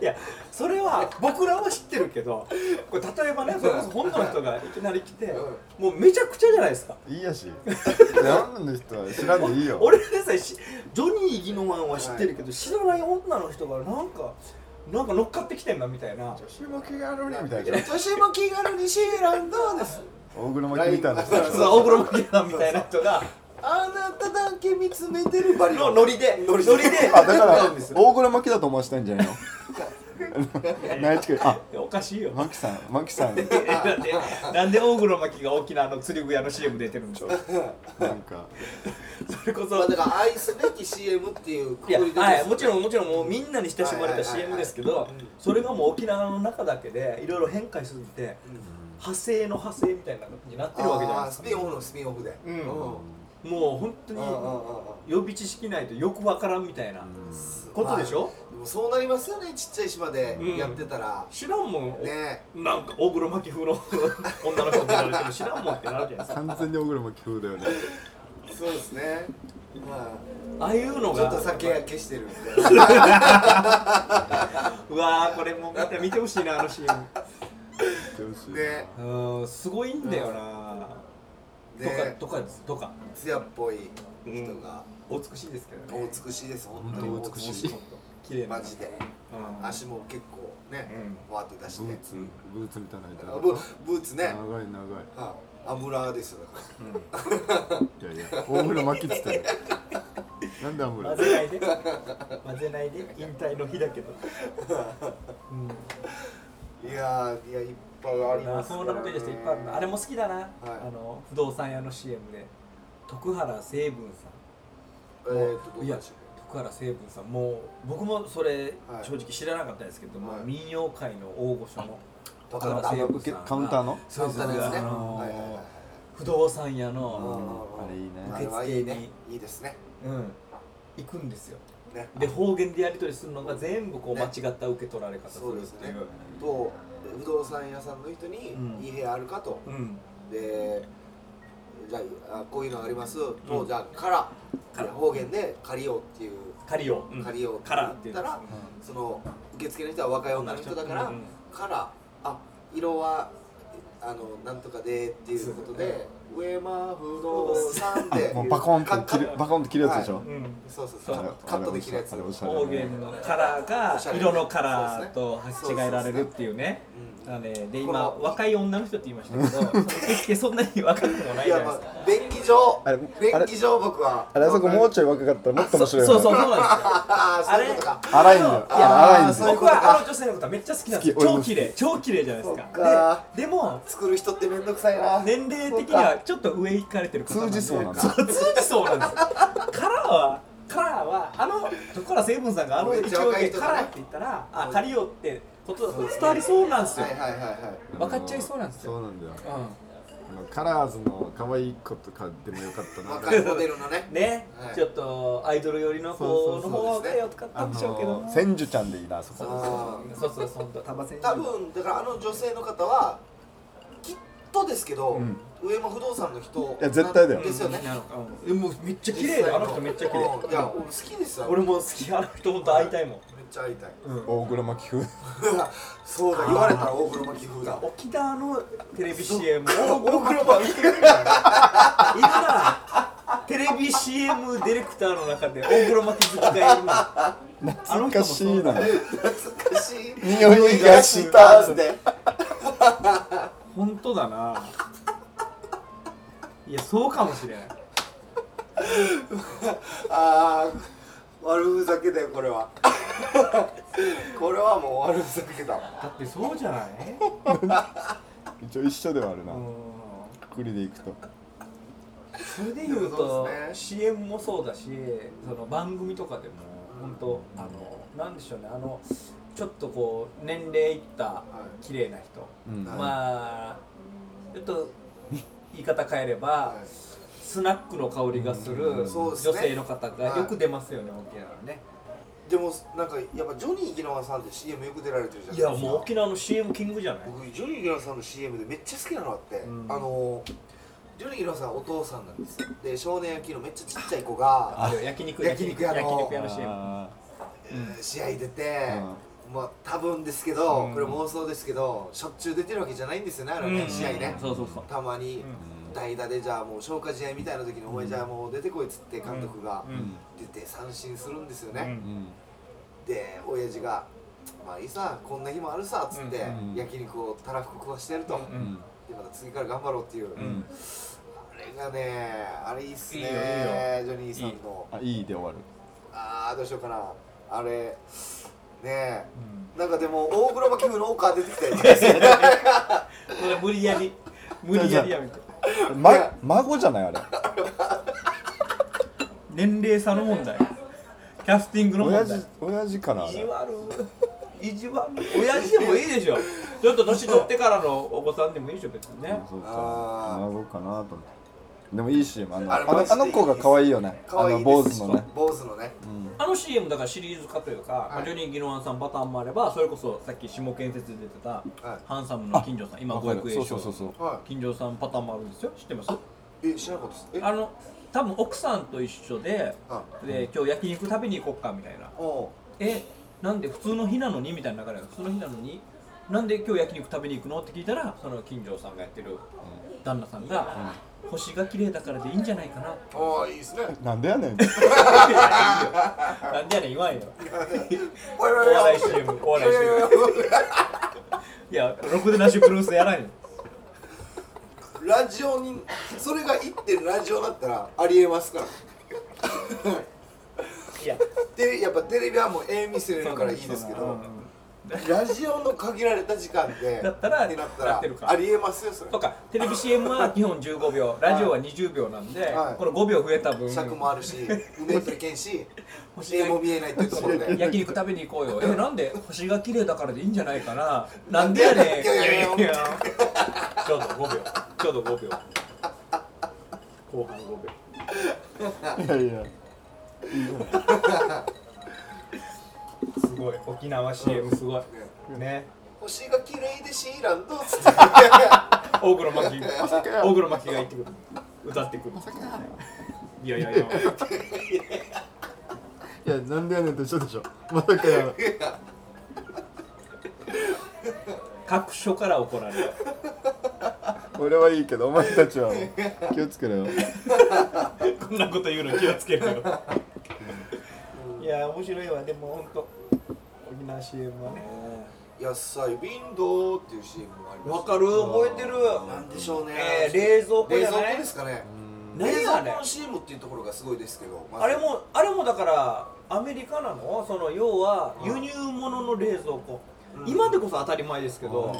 いやそれは僕らは知ってるけどこれ例えばねそれこそ本土の人がいきなり来てもうめちゃくちゃじゃないですか
いいやし何の人は知らんでいいよ
俺でさえしジョニー・ギノワンは知ってるけど、知らない女の人がなんかなんか乗っかってきてんなみたいな
女子も気軽にみたいな
女子も気軽にシーランドです
大黒摩季みたいな人
ライン
そう大黒摩季さんみたいな人が
あなただけ見つめてるバリ
のノリでノリで
あだか
な
ら
んですよ
大黒摩季だと思わせたいんじゃないの内地区あ
おかしいよ
マキさんマキさん
えなんでなんで大黒摩季が沖縄の釣り具屋の CM 出てるんでしょう
なんか
それこ
まあ
そ
だから愛すべき CM っていうくく
いや、
りで
はい、もちろんもちろんもうみんなに親しまれた
はいはいはいはい
CM ですけど
うん
それがもう沖縄の中だけでいろいろ変化しすぎて派生の派生みたいな感じになってるわけじゃない
あ
で
ー
す
ス
か
ピンオフのスピンオフで
うん
うん
もう本当に
うんうんうん
予備知識ないとよくわからんみたいなことでしょ、
でもそうなりますよねちっちゃい島で
うん
やってたら、
知らんもん、
ね
なんか大黒摩季風の女の人って言われても知らんもんってなるじゃないで すか
完全に大黒摩季風だよね
そうですねま
ああいうの
あちょ
が
っと酒焼けしてる んで
うわーこれもうまた見てほしいなあのシ ーン
よし
ね
うーんすごいんだよな、
ね
とかとかですとか
艶っぽい人が、
お美しいですけど
お
ね
美しいです本当に
本当
お美
に
しい
綺麗な
マジで
うん
足も結構ねわーって出し
ブ
て
ーツブーツみたいなの履いてな
あ
か
ブ
っ
ブーツ
た
ね
長い長い
あアムラーですよ
いやいや、大黒摩季っつってる。なんであんま
混
り。
ぜないで混ぜないで引退の日だけど、うん
いやーいやいっぱいあります
そうなこと言う人いっぱいあるなあれも好きだな、あの不動産屋の CM で徳原成文さん
えー、とどう
いや
でしょ
徳原成文さんもう僕もそれ
はい
正直知らなかったですけども、
はい
民謡界の大御所の
わ
徳
かるわ
原
かる
成
受
文
け
さんが
カウンターの。
う
そうです
簡単ですね、
あのー
はいはいはいはい
不動産屋
う
の、
んうんうん
あれいいね
あれはいい
受付
ねいいですね
うん行くんですよ
ね
で方言でやり取りするのが全部こう間
ね
違った受け取られ方す
そう
る
で
っ
す
てい
ね
う
と不動産屋さんの人に
うん
「いい部屋あるか?」と
うん
「でじゃああこういうのあります」と「じゃあから」方言で「借りよう」っていう
借りよう、う
「
ん
借りよう」って
からって
言
言
っ
うんで
た
す
らその受付の人は若い女の人だから
うん
「から」あ「色はあのなんとかで」っていうことで「上間不動産で」
あ、もうバコンって切る
か、
バコンって切るやつでしょ
は。
うん
そうそうそう
そう
カットできるやつ
あれおしゃれだ
方
ね
言のカラーが色のカラーと違えられるっていうね
うん
なのでで
こ
今
の
若い女の人って言いましたけどその決してそんなに若くもない
い
じゃないで
やます
か
あ便宜上
あれ
便
あれ
宜上僕は
あれ、あそこもうちょい若かったら、もっと面白い
そ
よ
う
ね。
そうそうなんですよ
ああそういうことか
荒いんだよ。
いや
あ荒いんだ
そういう
よ。
僕はあの女性のことめっちゃ好きなんですよ
好き俺
超
も好き
綺麗超綺麗じゃないです
そっか
かででも
作る人って面倒くさいな
年齢的にはちょっと上行かれてる方なんで
通じそうなんだ
そう通じそうなんですよカラーはカラーはあのところセブンさんがあの
めっ
一
ちゃ
応
若い
で
人
カ
だね
ラーって言ったらあ借りようってことだと伝わりそうなんですよ
はいはいはいはい
分かっちゃいそうなんですよ
そうなんだよ。
うん
あのカラーズの可愛い子とかでもよかったな。
若いモデルのね
ね、
はい
ちょっとアイドル寄りの子
そう
の
そうそう
方が良かった
あ
んでしょうけど
の、千住ちゃんでいいな、あそ
あ
こ。
のー
そうそうそう多摩線
多分だからあの女性の方はきっとですけど、
うん
上間不動産の人
いや絶対だよ
ですよね
なのかうんえもうめっちゃ綺麗だよあの人めっちゃ綺
うんい
麗
や俺好きですよ
俺も好きあの人本当会いたいもん、
めっちゃ会いたい
大黒摩季風。
そうだ言われたら大黒摩季風だ
沖縄のテレビ CM を
大黒摩季風
いるなテレビ CM ディレクターの中で大黒摩季好きがいるな
懐かしいな。
懐かしい
匂いがした
つって
本当だないやそうかもしれない
ああ悪ふざけだよこれは これはもう終わる作けだ
だってそうじゃない
一応一緒ではあるな、
うん
くくりでいくと
それで言う
でもそ
と
うですね
CM もそうだしその番組とかでも本当あのなんでしょうねあのちょっとこう年齢いった綺麗な人
うん
はい
まあちょっと言い方変えれば
はい
スナックの香りがする
うん
そう
女
ですね
性の方がよく出ますよね沖縄のね
でもなんかやっぱジョニー・ギノワさんって CM よく出られてるじゃな
い
いです
や
か
もう沖縄の CM キングじゃない
僕ジョニー・ギノワさんの CM でめっちゃ好きなのあって、
うん
あのジョニー・ギノワさんお父さんなんですよで少年野球のめっちゃちっちゃい子が、
あ焼肉
焼肉屋の
焼肉屋の CM
あ
えー試合出て、まあ多分ですけど、
うん
これ妄想ですけどしょっちゅう出てるわけじゃないんですよねあれね、
うん
試合ね
そうそうそう
たま
う
に
ん
代打でじゃあもう消化試合みたいな時に、お前じゃあもう出てこいっつって監督が
う
ー
ん
出て三振するんですよ
う
ね、
ん
うん
で親父が「まあいいさこんな日もあるさ」っつって、
うん
焼肉をたらふく食わしてやると、
う
うんん
でまた次から頑張ろうっていう、
う
うんん
あれがねあれいいっすね
いいよい
ジョニーさんの
あいいで終わる
ああどうしようかなあれね
うん
えなんかでも大黒摩季風のオカー出てきたりし て
これ無理や り無理やりやめて
ま孫じゃないあれ
年齢差の問題キャスティングの
親
問
父
題
親父かなあ
意地
れ
悪意地悪親父でもいいでしょちょっと年取ってからのお子さんでもいいでしょ別にね
そうか
あー
孫かなと思ってでもいい CM あの
あ
あ
れマジ
の
で
あの子が可愛いよね
可愛い
あ
です
の坊主のね
坊主のね
うん
あの CM だからシリーズ化というか、ま
は
あ
い
ジョニー・ギノワンさんパターンもあればそれこそさっき下建設で出てた
は
ハンサムの金城さん今
わ
五
かる
役
そ
栄
うそうそう
翔
そう
いは
金城さんパターンもあるんですよ知ってます
いえ知らなかったですえ
あの多分奥さんと一緒で
あ
で今日焼肉食べに行こっかみたいな
おう
えなんで普通の日なのにみたいな流れが普通の日なのになんで今日焼肉食べに行くのって聞いたらその金城さんがやってる旦那さんが、星が綺麗だからでいいんじゃないかなって
おーいいっすね
なんでやねん
なんでやねん言わんよ
おい
お
おいおい
笑い CM お笑い CM いやろくでなしブルースやらんよ
ラジオにそれが言ってるラジオだったらありえますから
いや
テレやっぱテレビはもうええ見せれるからいいですけどラジオの限られた時間で
だったら
になった
やっ
ら
てるから
ありえますよそれ
とかテレビ CM は基本15秒ラジオは20秒なんで、
はい
この5秒増えた分
尺もあ るし腕といけんし
星
絵
が
も見えないというと ころで
焼肉食べに行こう よえなんで星が綺麗だからでいいんじゃないかななんでやねん
いやいやいや
いやちょうど5秒ちょうど5秒後半5秒
いやいや
すごい沖縄 CM すごいね
星が綺麗でシーランドっつ って
大黒摩季大黒摩季が言ってくる歌ってくるいやいやいや
いやなんでやねんと一緒でしょまさかや
各所から怒られる
俺はいいけどお前たちは気をつけろよ
こんなこと言うの気をつけるよいや面白いわでも本当沖縄 CM はね
野菜ビンドーっていう CM もありま
わ
す
かる覚えてる
なんでしょうね
えー冷蔵庫
冷
じゃ
蔵
ない
庫ですかね
何
冷
あ
蔵庫
れ
の CM っていうところがすごいですけどまず
あれもあれもだからアメリカなのその要は輸入物の冷蔵庫、
うん
今でこそ当たり前ですけど、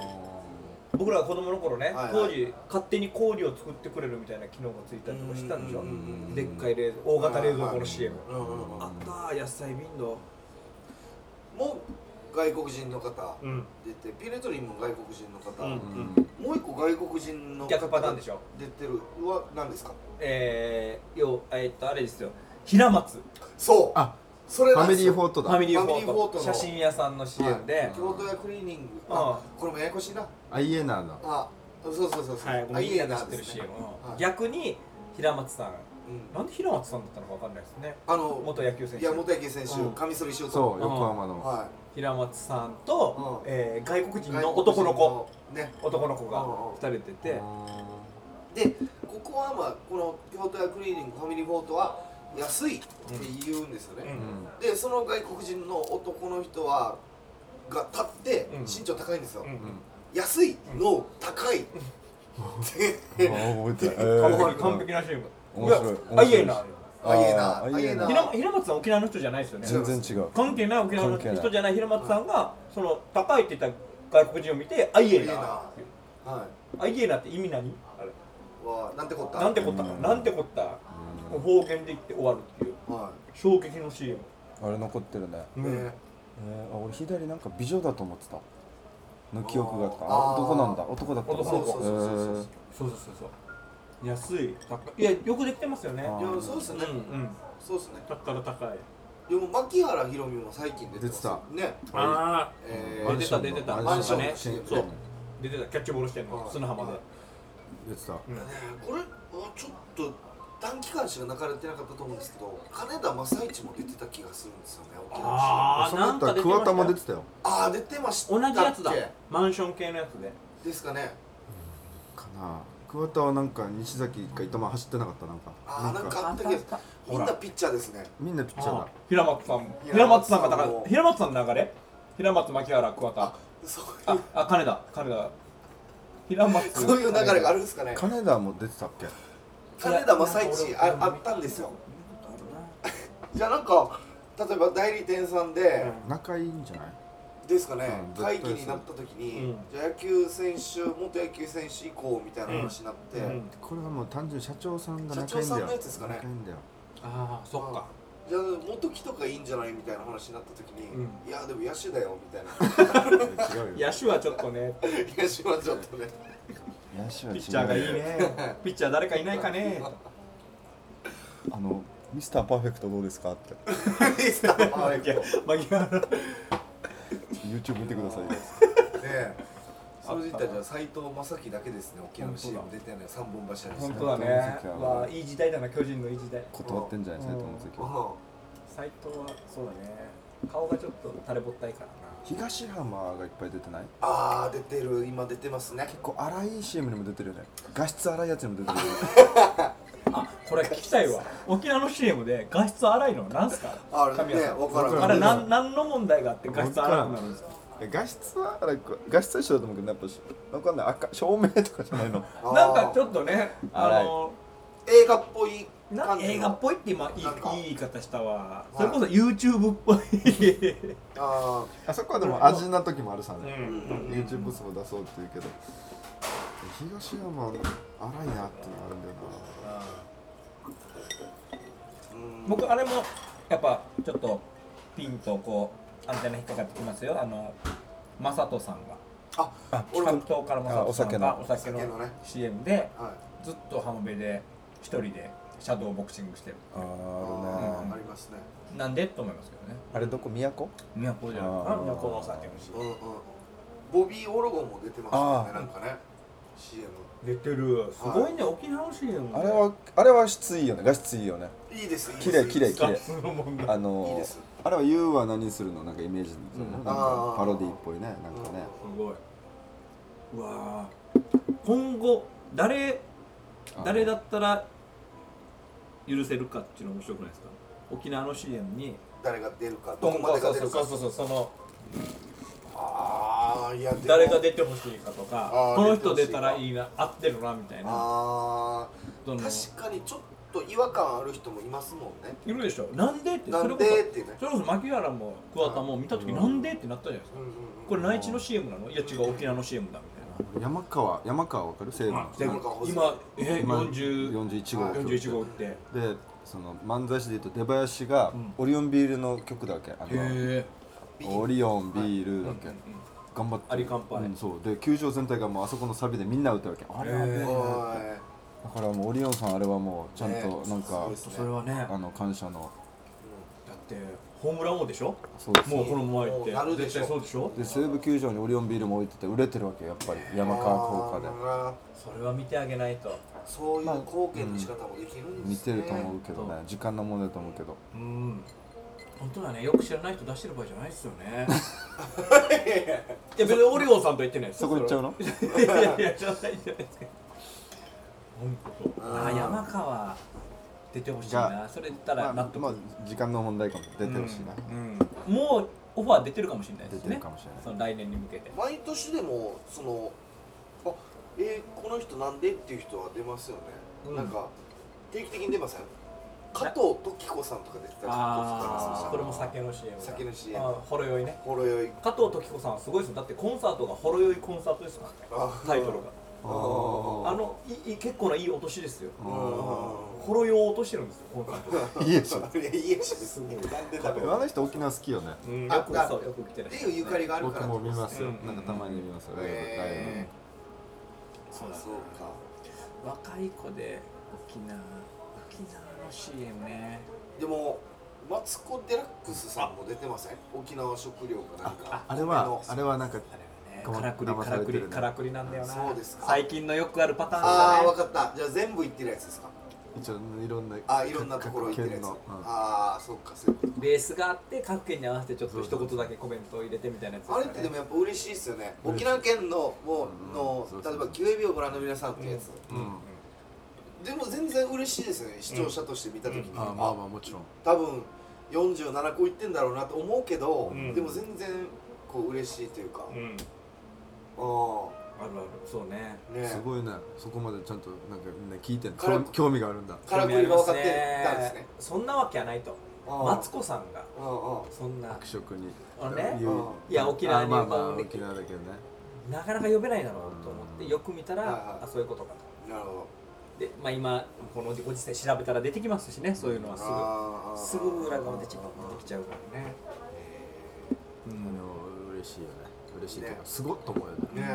僕らが子供の頃ね、
いはい
当時勝手に氷を作ってくれるみたいな機能がついたりとかしたんでしょ、
うんうんうんうん
でっかい冷蔵大型冷蔵庫の CM、
うんうんうん
あったー野菜瓶の
もう外国人の方
うん
出てピレトリンも外国人の方、
うん
もう一個外国人の方
逆パターンでしょ
出てるは何ですか
えー、要えーっとあれですよ平松
そう
あ
それ
ファミリー
フ
フォート
フ
だ
ァミリーフォ
ファミリーフォ
ー
ー
ト
トの
写真屋さんの CM で、はい
京都屋クリーニング
あ
あ
あ
これもややこしいな
アイエナーの
あそうそうそうそう
こ
あ
れみんなが知
い
ってる
ですね
CM、
はい
逆に平松さん
うん
なんで平松さんだったのかわかんないですね
あの
元野球選
い
手
や元池選手
うん
カミソリシュート
そう横浜の
は
平松さんと、
うん
えー外国
い
人の男の子
外国人のね
男の子が
うんうん
2人出て
でここはまあこの京都屋クリーニングファミリーフォートは安いって言うんですよね、
うん
うん
でその外国人の男の人はが立って
うん
身長高いんですよ、
うん
安いの高い、
あ覚えてない、え
完
ー
璧完璧な CM
面白い
やあいえな
あいえな
あいえな
あ
平松平松さん沖縄の人じゃないですよね
全然違う
関係ない沖縄の
関係ない
人じゃない平松さんがその高いって言った外国人を見て「あいえな」
は
あいえな」って意味何あれ
いわあなんてこった
なんてこった
うん
なんてこった方言で言って終わるっていう
は
衝撃の CM
あれ残ってるね
い、ね
えー、あ俺左なんか美女だと思ってたの記憶があった
あー
あ男なんだ男だった
男
そうそうそうそうそ
そうそ
う
うそうそう安い高いいやよくできてますよね
あー
いやそうです
うん
ね、
うん
そうですね
だから高い
でも牧原ひろみも最近出てます
出て
ね
ああ
え
出てた出てた
マンション
ね
新
そう出てたキャッチボールしてんの
はい
砂浜で
出てた
ねこれあちょっと短期間しか泣かれてなかったと思うんですけど金田正一も出てた気がするんですよね沖縄市
あー
その
なんか
後
出てましたよ
桑田も出てたよ
ああ出てました
同
っけ
じやつだマンション系のやつで
ですかね
かな桑田はなんか西崎が板前走ってなかったなんか
ああなんかあった気がするみんなピッチャーですね
みんなピッチャーだ
平松さん
いや
平松さんがだから
そう
平松さんの流れ平松牧原桑田
そうい
あ
う
あ金田金田平松
そういう流れがあるんですかね
金田も出てたっけ
金田正一ああったんですよじゃあなんか例えば代理店さんで、
仲いいんじゃない
ですかね
うん、絶対
会議になった時に、
うん
じゃあ野球選手元野球選手以降みたいな話になって、
うん
これはもう単純に社長さんが仲いいん
社長さ
だ
ん
よ
のやつですかね
仲いいんだよ
ああそっか
じゃあ元木とかいいんじゃないみたいな話になった時に、
う
いやでも野手だよみたいな
違うよ
野手はちょっとね
野手はちょっとね
野手は違う
ピッチャーがいい ねピッチャー誰かいないかね
あのミスターパーフェクトどうですかって
ミスターパーフェク
いや牧原
YouTube 見てくださいよ
トねそれで言ったらじゃあ斎藤正樹だけですね沖縄の CM 出てない三本柱です
本
ね
当だねわあいい時代だな巨人のいい時代
断ってんじゃないですか友達今日
うん
斎藤はそうだね顔がちょっと垂れぼったいからな
東浜がいっぱい出てない
ああ出てる今出てますね
結構荒い CM にも出てるよね画質荒いやつにも出て るよね
あこれ聞きたいわ沖縄の CM で画質荒いのなんすか
あれ
神
ね
谷さん
分からん
あれなん何の問題があって画質荒くなるんですか
画質は荒い画質は一緒だと思うけどやっぱしわかんない赤照明とかじゃないの
あー
なんかちょっとねあの
映画っぽい
な
感じの
映画っぽいって今いい
なんか
いい言い方したわ
い
それこそ YouTube っぽい
あ
あそこはでも味な時もあるさ
う
ね
ん
YouTube ボスも出そうって言うけど東山荒いなってのがあるんだよな
ーうん
僕あれもやっぱちょっとピンとこうアンテナ引っかかってきますよあのマサトさんが
あ俺も
格闘家のマサトさんが
あ
お
お
酒
お酒の
の
ね
CM で
はい
ずっと浜辺で一人でシャドーボクシングしてる
あ
あ
ーある
ー
ね
ありますね。
なんでと思いますけどね
あれどこ都
都じゃないかな
あー
都のお酒の CM
うんうん。ボビー・オロゴンも出てますよ
あ
ね、
ー
なんかね。CM。
出てるすごいね沖縄の CM
あれはあれは質いいよね画質いいよね
いいです、いいです。
綺麗綺麗
いいです
綺麗
その問題
あ
いい
の
です。
あれは YOU は何するのなんかイメージなんですよね
う
なんんかパロディっぽいねなんかね
すごいうわー今後誰誰だったら許せるかっていうの面白くないですか沖縄の CM に
誰が出るか、どこまでが出るか。
そうそうそうその
ああ、いや、でも
誰が出てほしいかとか
あー
この人出たらいいな合ってるなみたいな
あ
ど
あ、
の
確かにちょっと違和感ある人もいますもんね。
いるでしょなんでって
な
それ
ん
こそ
でってね
そ。れこそ牧原も桑田も見た時
うん
なんでってなったじゃないです
う
か
んうん
これ内地の CM なのいや違う沖縄の CM だみたいな
山川山川わかる西武の
で
全部
も今え
今
40
41号
41号ってへ
でその漫才師でいうと出囃子が
うん
オリオンビールの曲だわけあの
え
オリオンビールだっけ頑張って
アリ乾杯
うんそうで球場全体がもうあそこのサビでみんな歌うわけあれ
へー
やべえ
うん
な
お
ってだからもうオリオンさんあれはもうちゃん
ね
となんか
そうです
それはね
あの感謝の
だってホームラン王でしょ
そうです
もうこの前行っ
もうなる
て
で
絶
しょ
対そうでしょ
で西武球場にオリオンビールも置いてて売れてるわけやっぱり山川効果で
果で。
それは見てあげないと
そういう貢献の仕方もできるんで
見
す
て
ね。
ると思うけどね時間の問題だと思うけど
うん本当だねよく知らない人出してる場合じゃないですよ ねいや別にオリオンさんとは言ってないです
そこ行っちゃうの
いやいやいや知らないじゃないですか 本当
うん
ああ山川出てほしいなそれ言ったら納
まあ
得
まあ時間の問題かも出てほしいな
うんうんもうオファー出てるかもしれないで
出
す
てる
ね
かもしれない
その来年に向けて
毎年でもそのあえーこの人なんでっていう人は出ますよね、
うん
なんか定期的に出ません加藤時子さんとか出てたじゃん
ああこれも酒の CM だ
酒の CM
あーほろ酔いね
ほろ酔い
加藤時子さんはすごいですよだってコンサートがほろ酔いコンサートですからね
あ
タイトルが
あ
あのいい結構ないいお年ですよ
うん
ほろ酔いを落としてるんですよコンサートで
いいでしょ
いやいいやし ですねなんで
あ
だろう
の人沖縄好きよね
うんよ
あ
く
だ
そうよく来てる
っていうゆかりがあるか
僕
ら
も見ますよ
うん
なんかたまに見ますよライブライ
え
ブ
ーそうそうか
若い子で沖縄沖縄の CM ね
でもマツコ・デラックスさんも出てません沖縄食料かなんか
あれはあれはなんか
ね
ごま
からくり
騙
か
さ
ら
れ
く
て
り
るね
からくりなんだよな
そうですか
最近のよくあるパターン
あ
だ
あ分
ね
かったじゃあ全部行ってるやつですか
一応いろんな
あいろんなところ行ってるや
各
つ
県の
ああそっかそういうこ
ベースがあって各県に合わせてちょっと一言だけコメントを入れてみたいなやつ
とあれってでもやっぱ嬉しいですよね沖縄県のもうの
うん
例えば QAB をご覧の皆さんってやつ
うんうん
でも全然嬉しいですよね視聴者として見た時に
あまあまあもちろん
多分47個行ってんだろうなと思うけど
うん
でも全然こう嬉しいというか
うんうん
あ
あるあるそうね
あね
すごいねそこまでちゃんとなんかみんな聞いてんの
から
興興味があるんだ
からくりが分かってたんですね
そんなわけはないと
ああ
マツコさんが
うんうん
そんな
拓色に
あのね
言う
うん
いや沖縄に
あまあまあ
こう
沖縄だけどね
なかなか呼べないだろうと思ってよく見たら、
はいはい
あそういうことかと
なるほど
で、まあ、今このご時世調べたら出てきますしねそういうのは
あー
すぐすぐ裏側でちょっと出てきちゃうからね、
え
あ
うん
の嬉しいよね嬉しいという
ね
かすごっと思うよね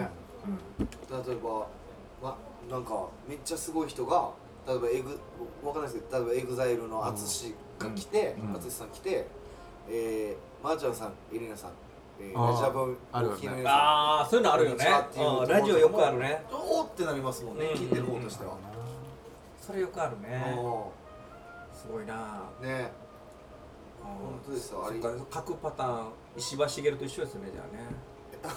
ーね例えばまなんかめっちゃすごい人が例えばエグわかんないですけど例えばエグザイルの淳が来て
うんうん
淳さん来て、えー、まーちゃんさんエリナさん、え
あ
ー、
ー
ラジャブ
あるよね
沖縄さ
ああそういうのあるよね
こんにちはっていう
うんラジオよくあるね
んおーってなりますもんね、
うん
聞いてる方としては、
それよくあるね
あ
すごいな
ーね 本
う
当ですよあれ
んそっか各パターン石破茂と一緒ですよねじゃあね
な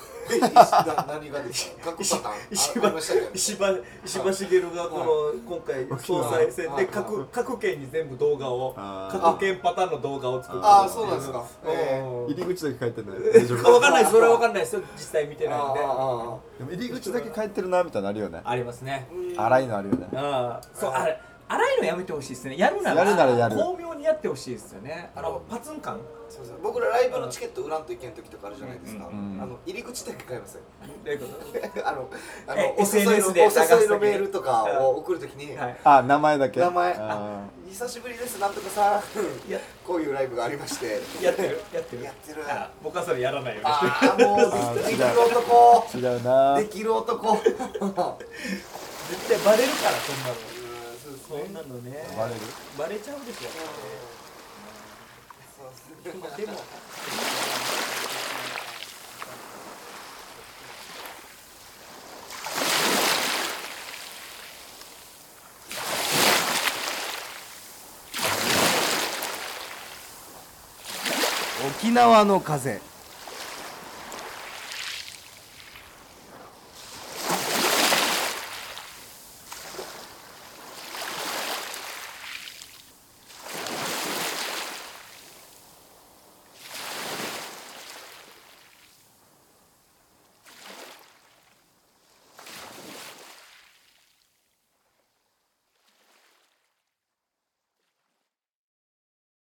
何がですか各パターンあ
石
ありましたけど
石破石破茂がこの今回総裁選
は
で
い
各各県に全部動画を
あー
各県パターンの動画を作って
あーそうなんですかえ
入り口だけ書いて ない
え
大丈
ー、
夫
分かんないですそれは分かんないですよ実際見てないんで
あーあーあ
でも入り口だけ書いてるなみたいなのあるよね
ありますね
ーうん
荒いのあるよね
ああそうあれ洗いのやめてほしいですねやるなら
やるならやる
巧妙にやってほしいですよねあのパツン感
すいません僕らライブのチケット売らんといけん時とかあるじゃないですか、
うん
うん
あの入り口だけ買いますよ
どういうこと
あ のあ
え
のお誘い
SNS で
の
流す時に
お誘いのメールとかを送るときに、
はい
あ名前だけ
名前
あ
久しぶりですなん とかさん
や
こういうライブがありまして
やってるやってる
やってる
あ僕はそれやらないようにして
ああも
あ
う
ー
できる男
ー違うな
できる男うん
絶対バレるからそんなの
そうです
そん
ね
なのね
バレる
バレちゃうでしょ
うんそうですね
でも
沖縄の風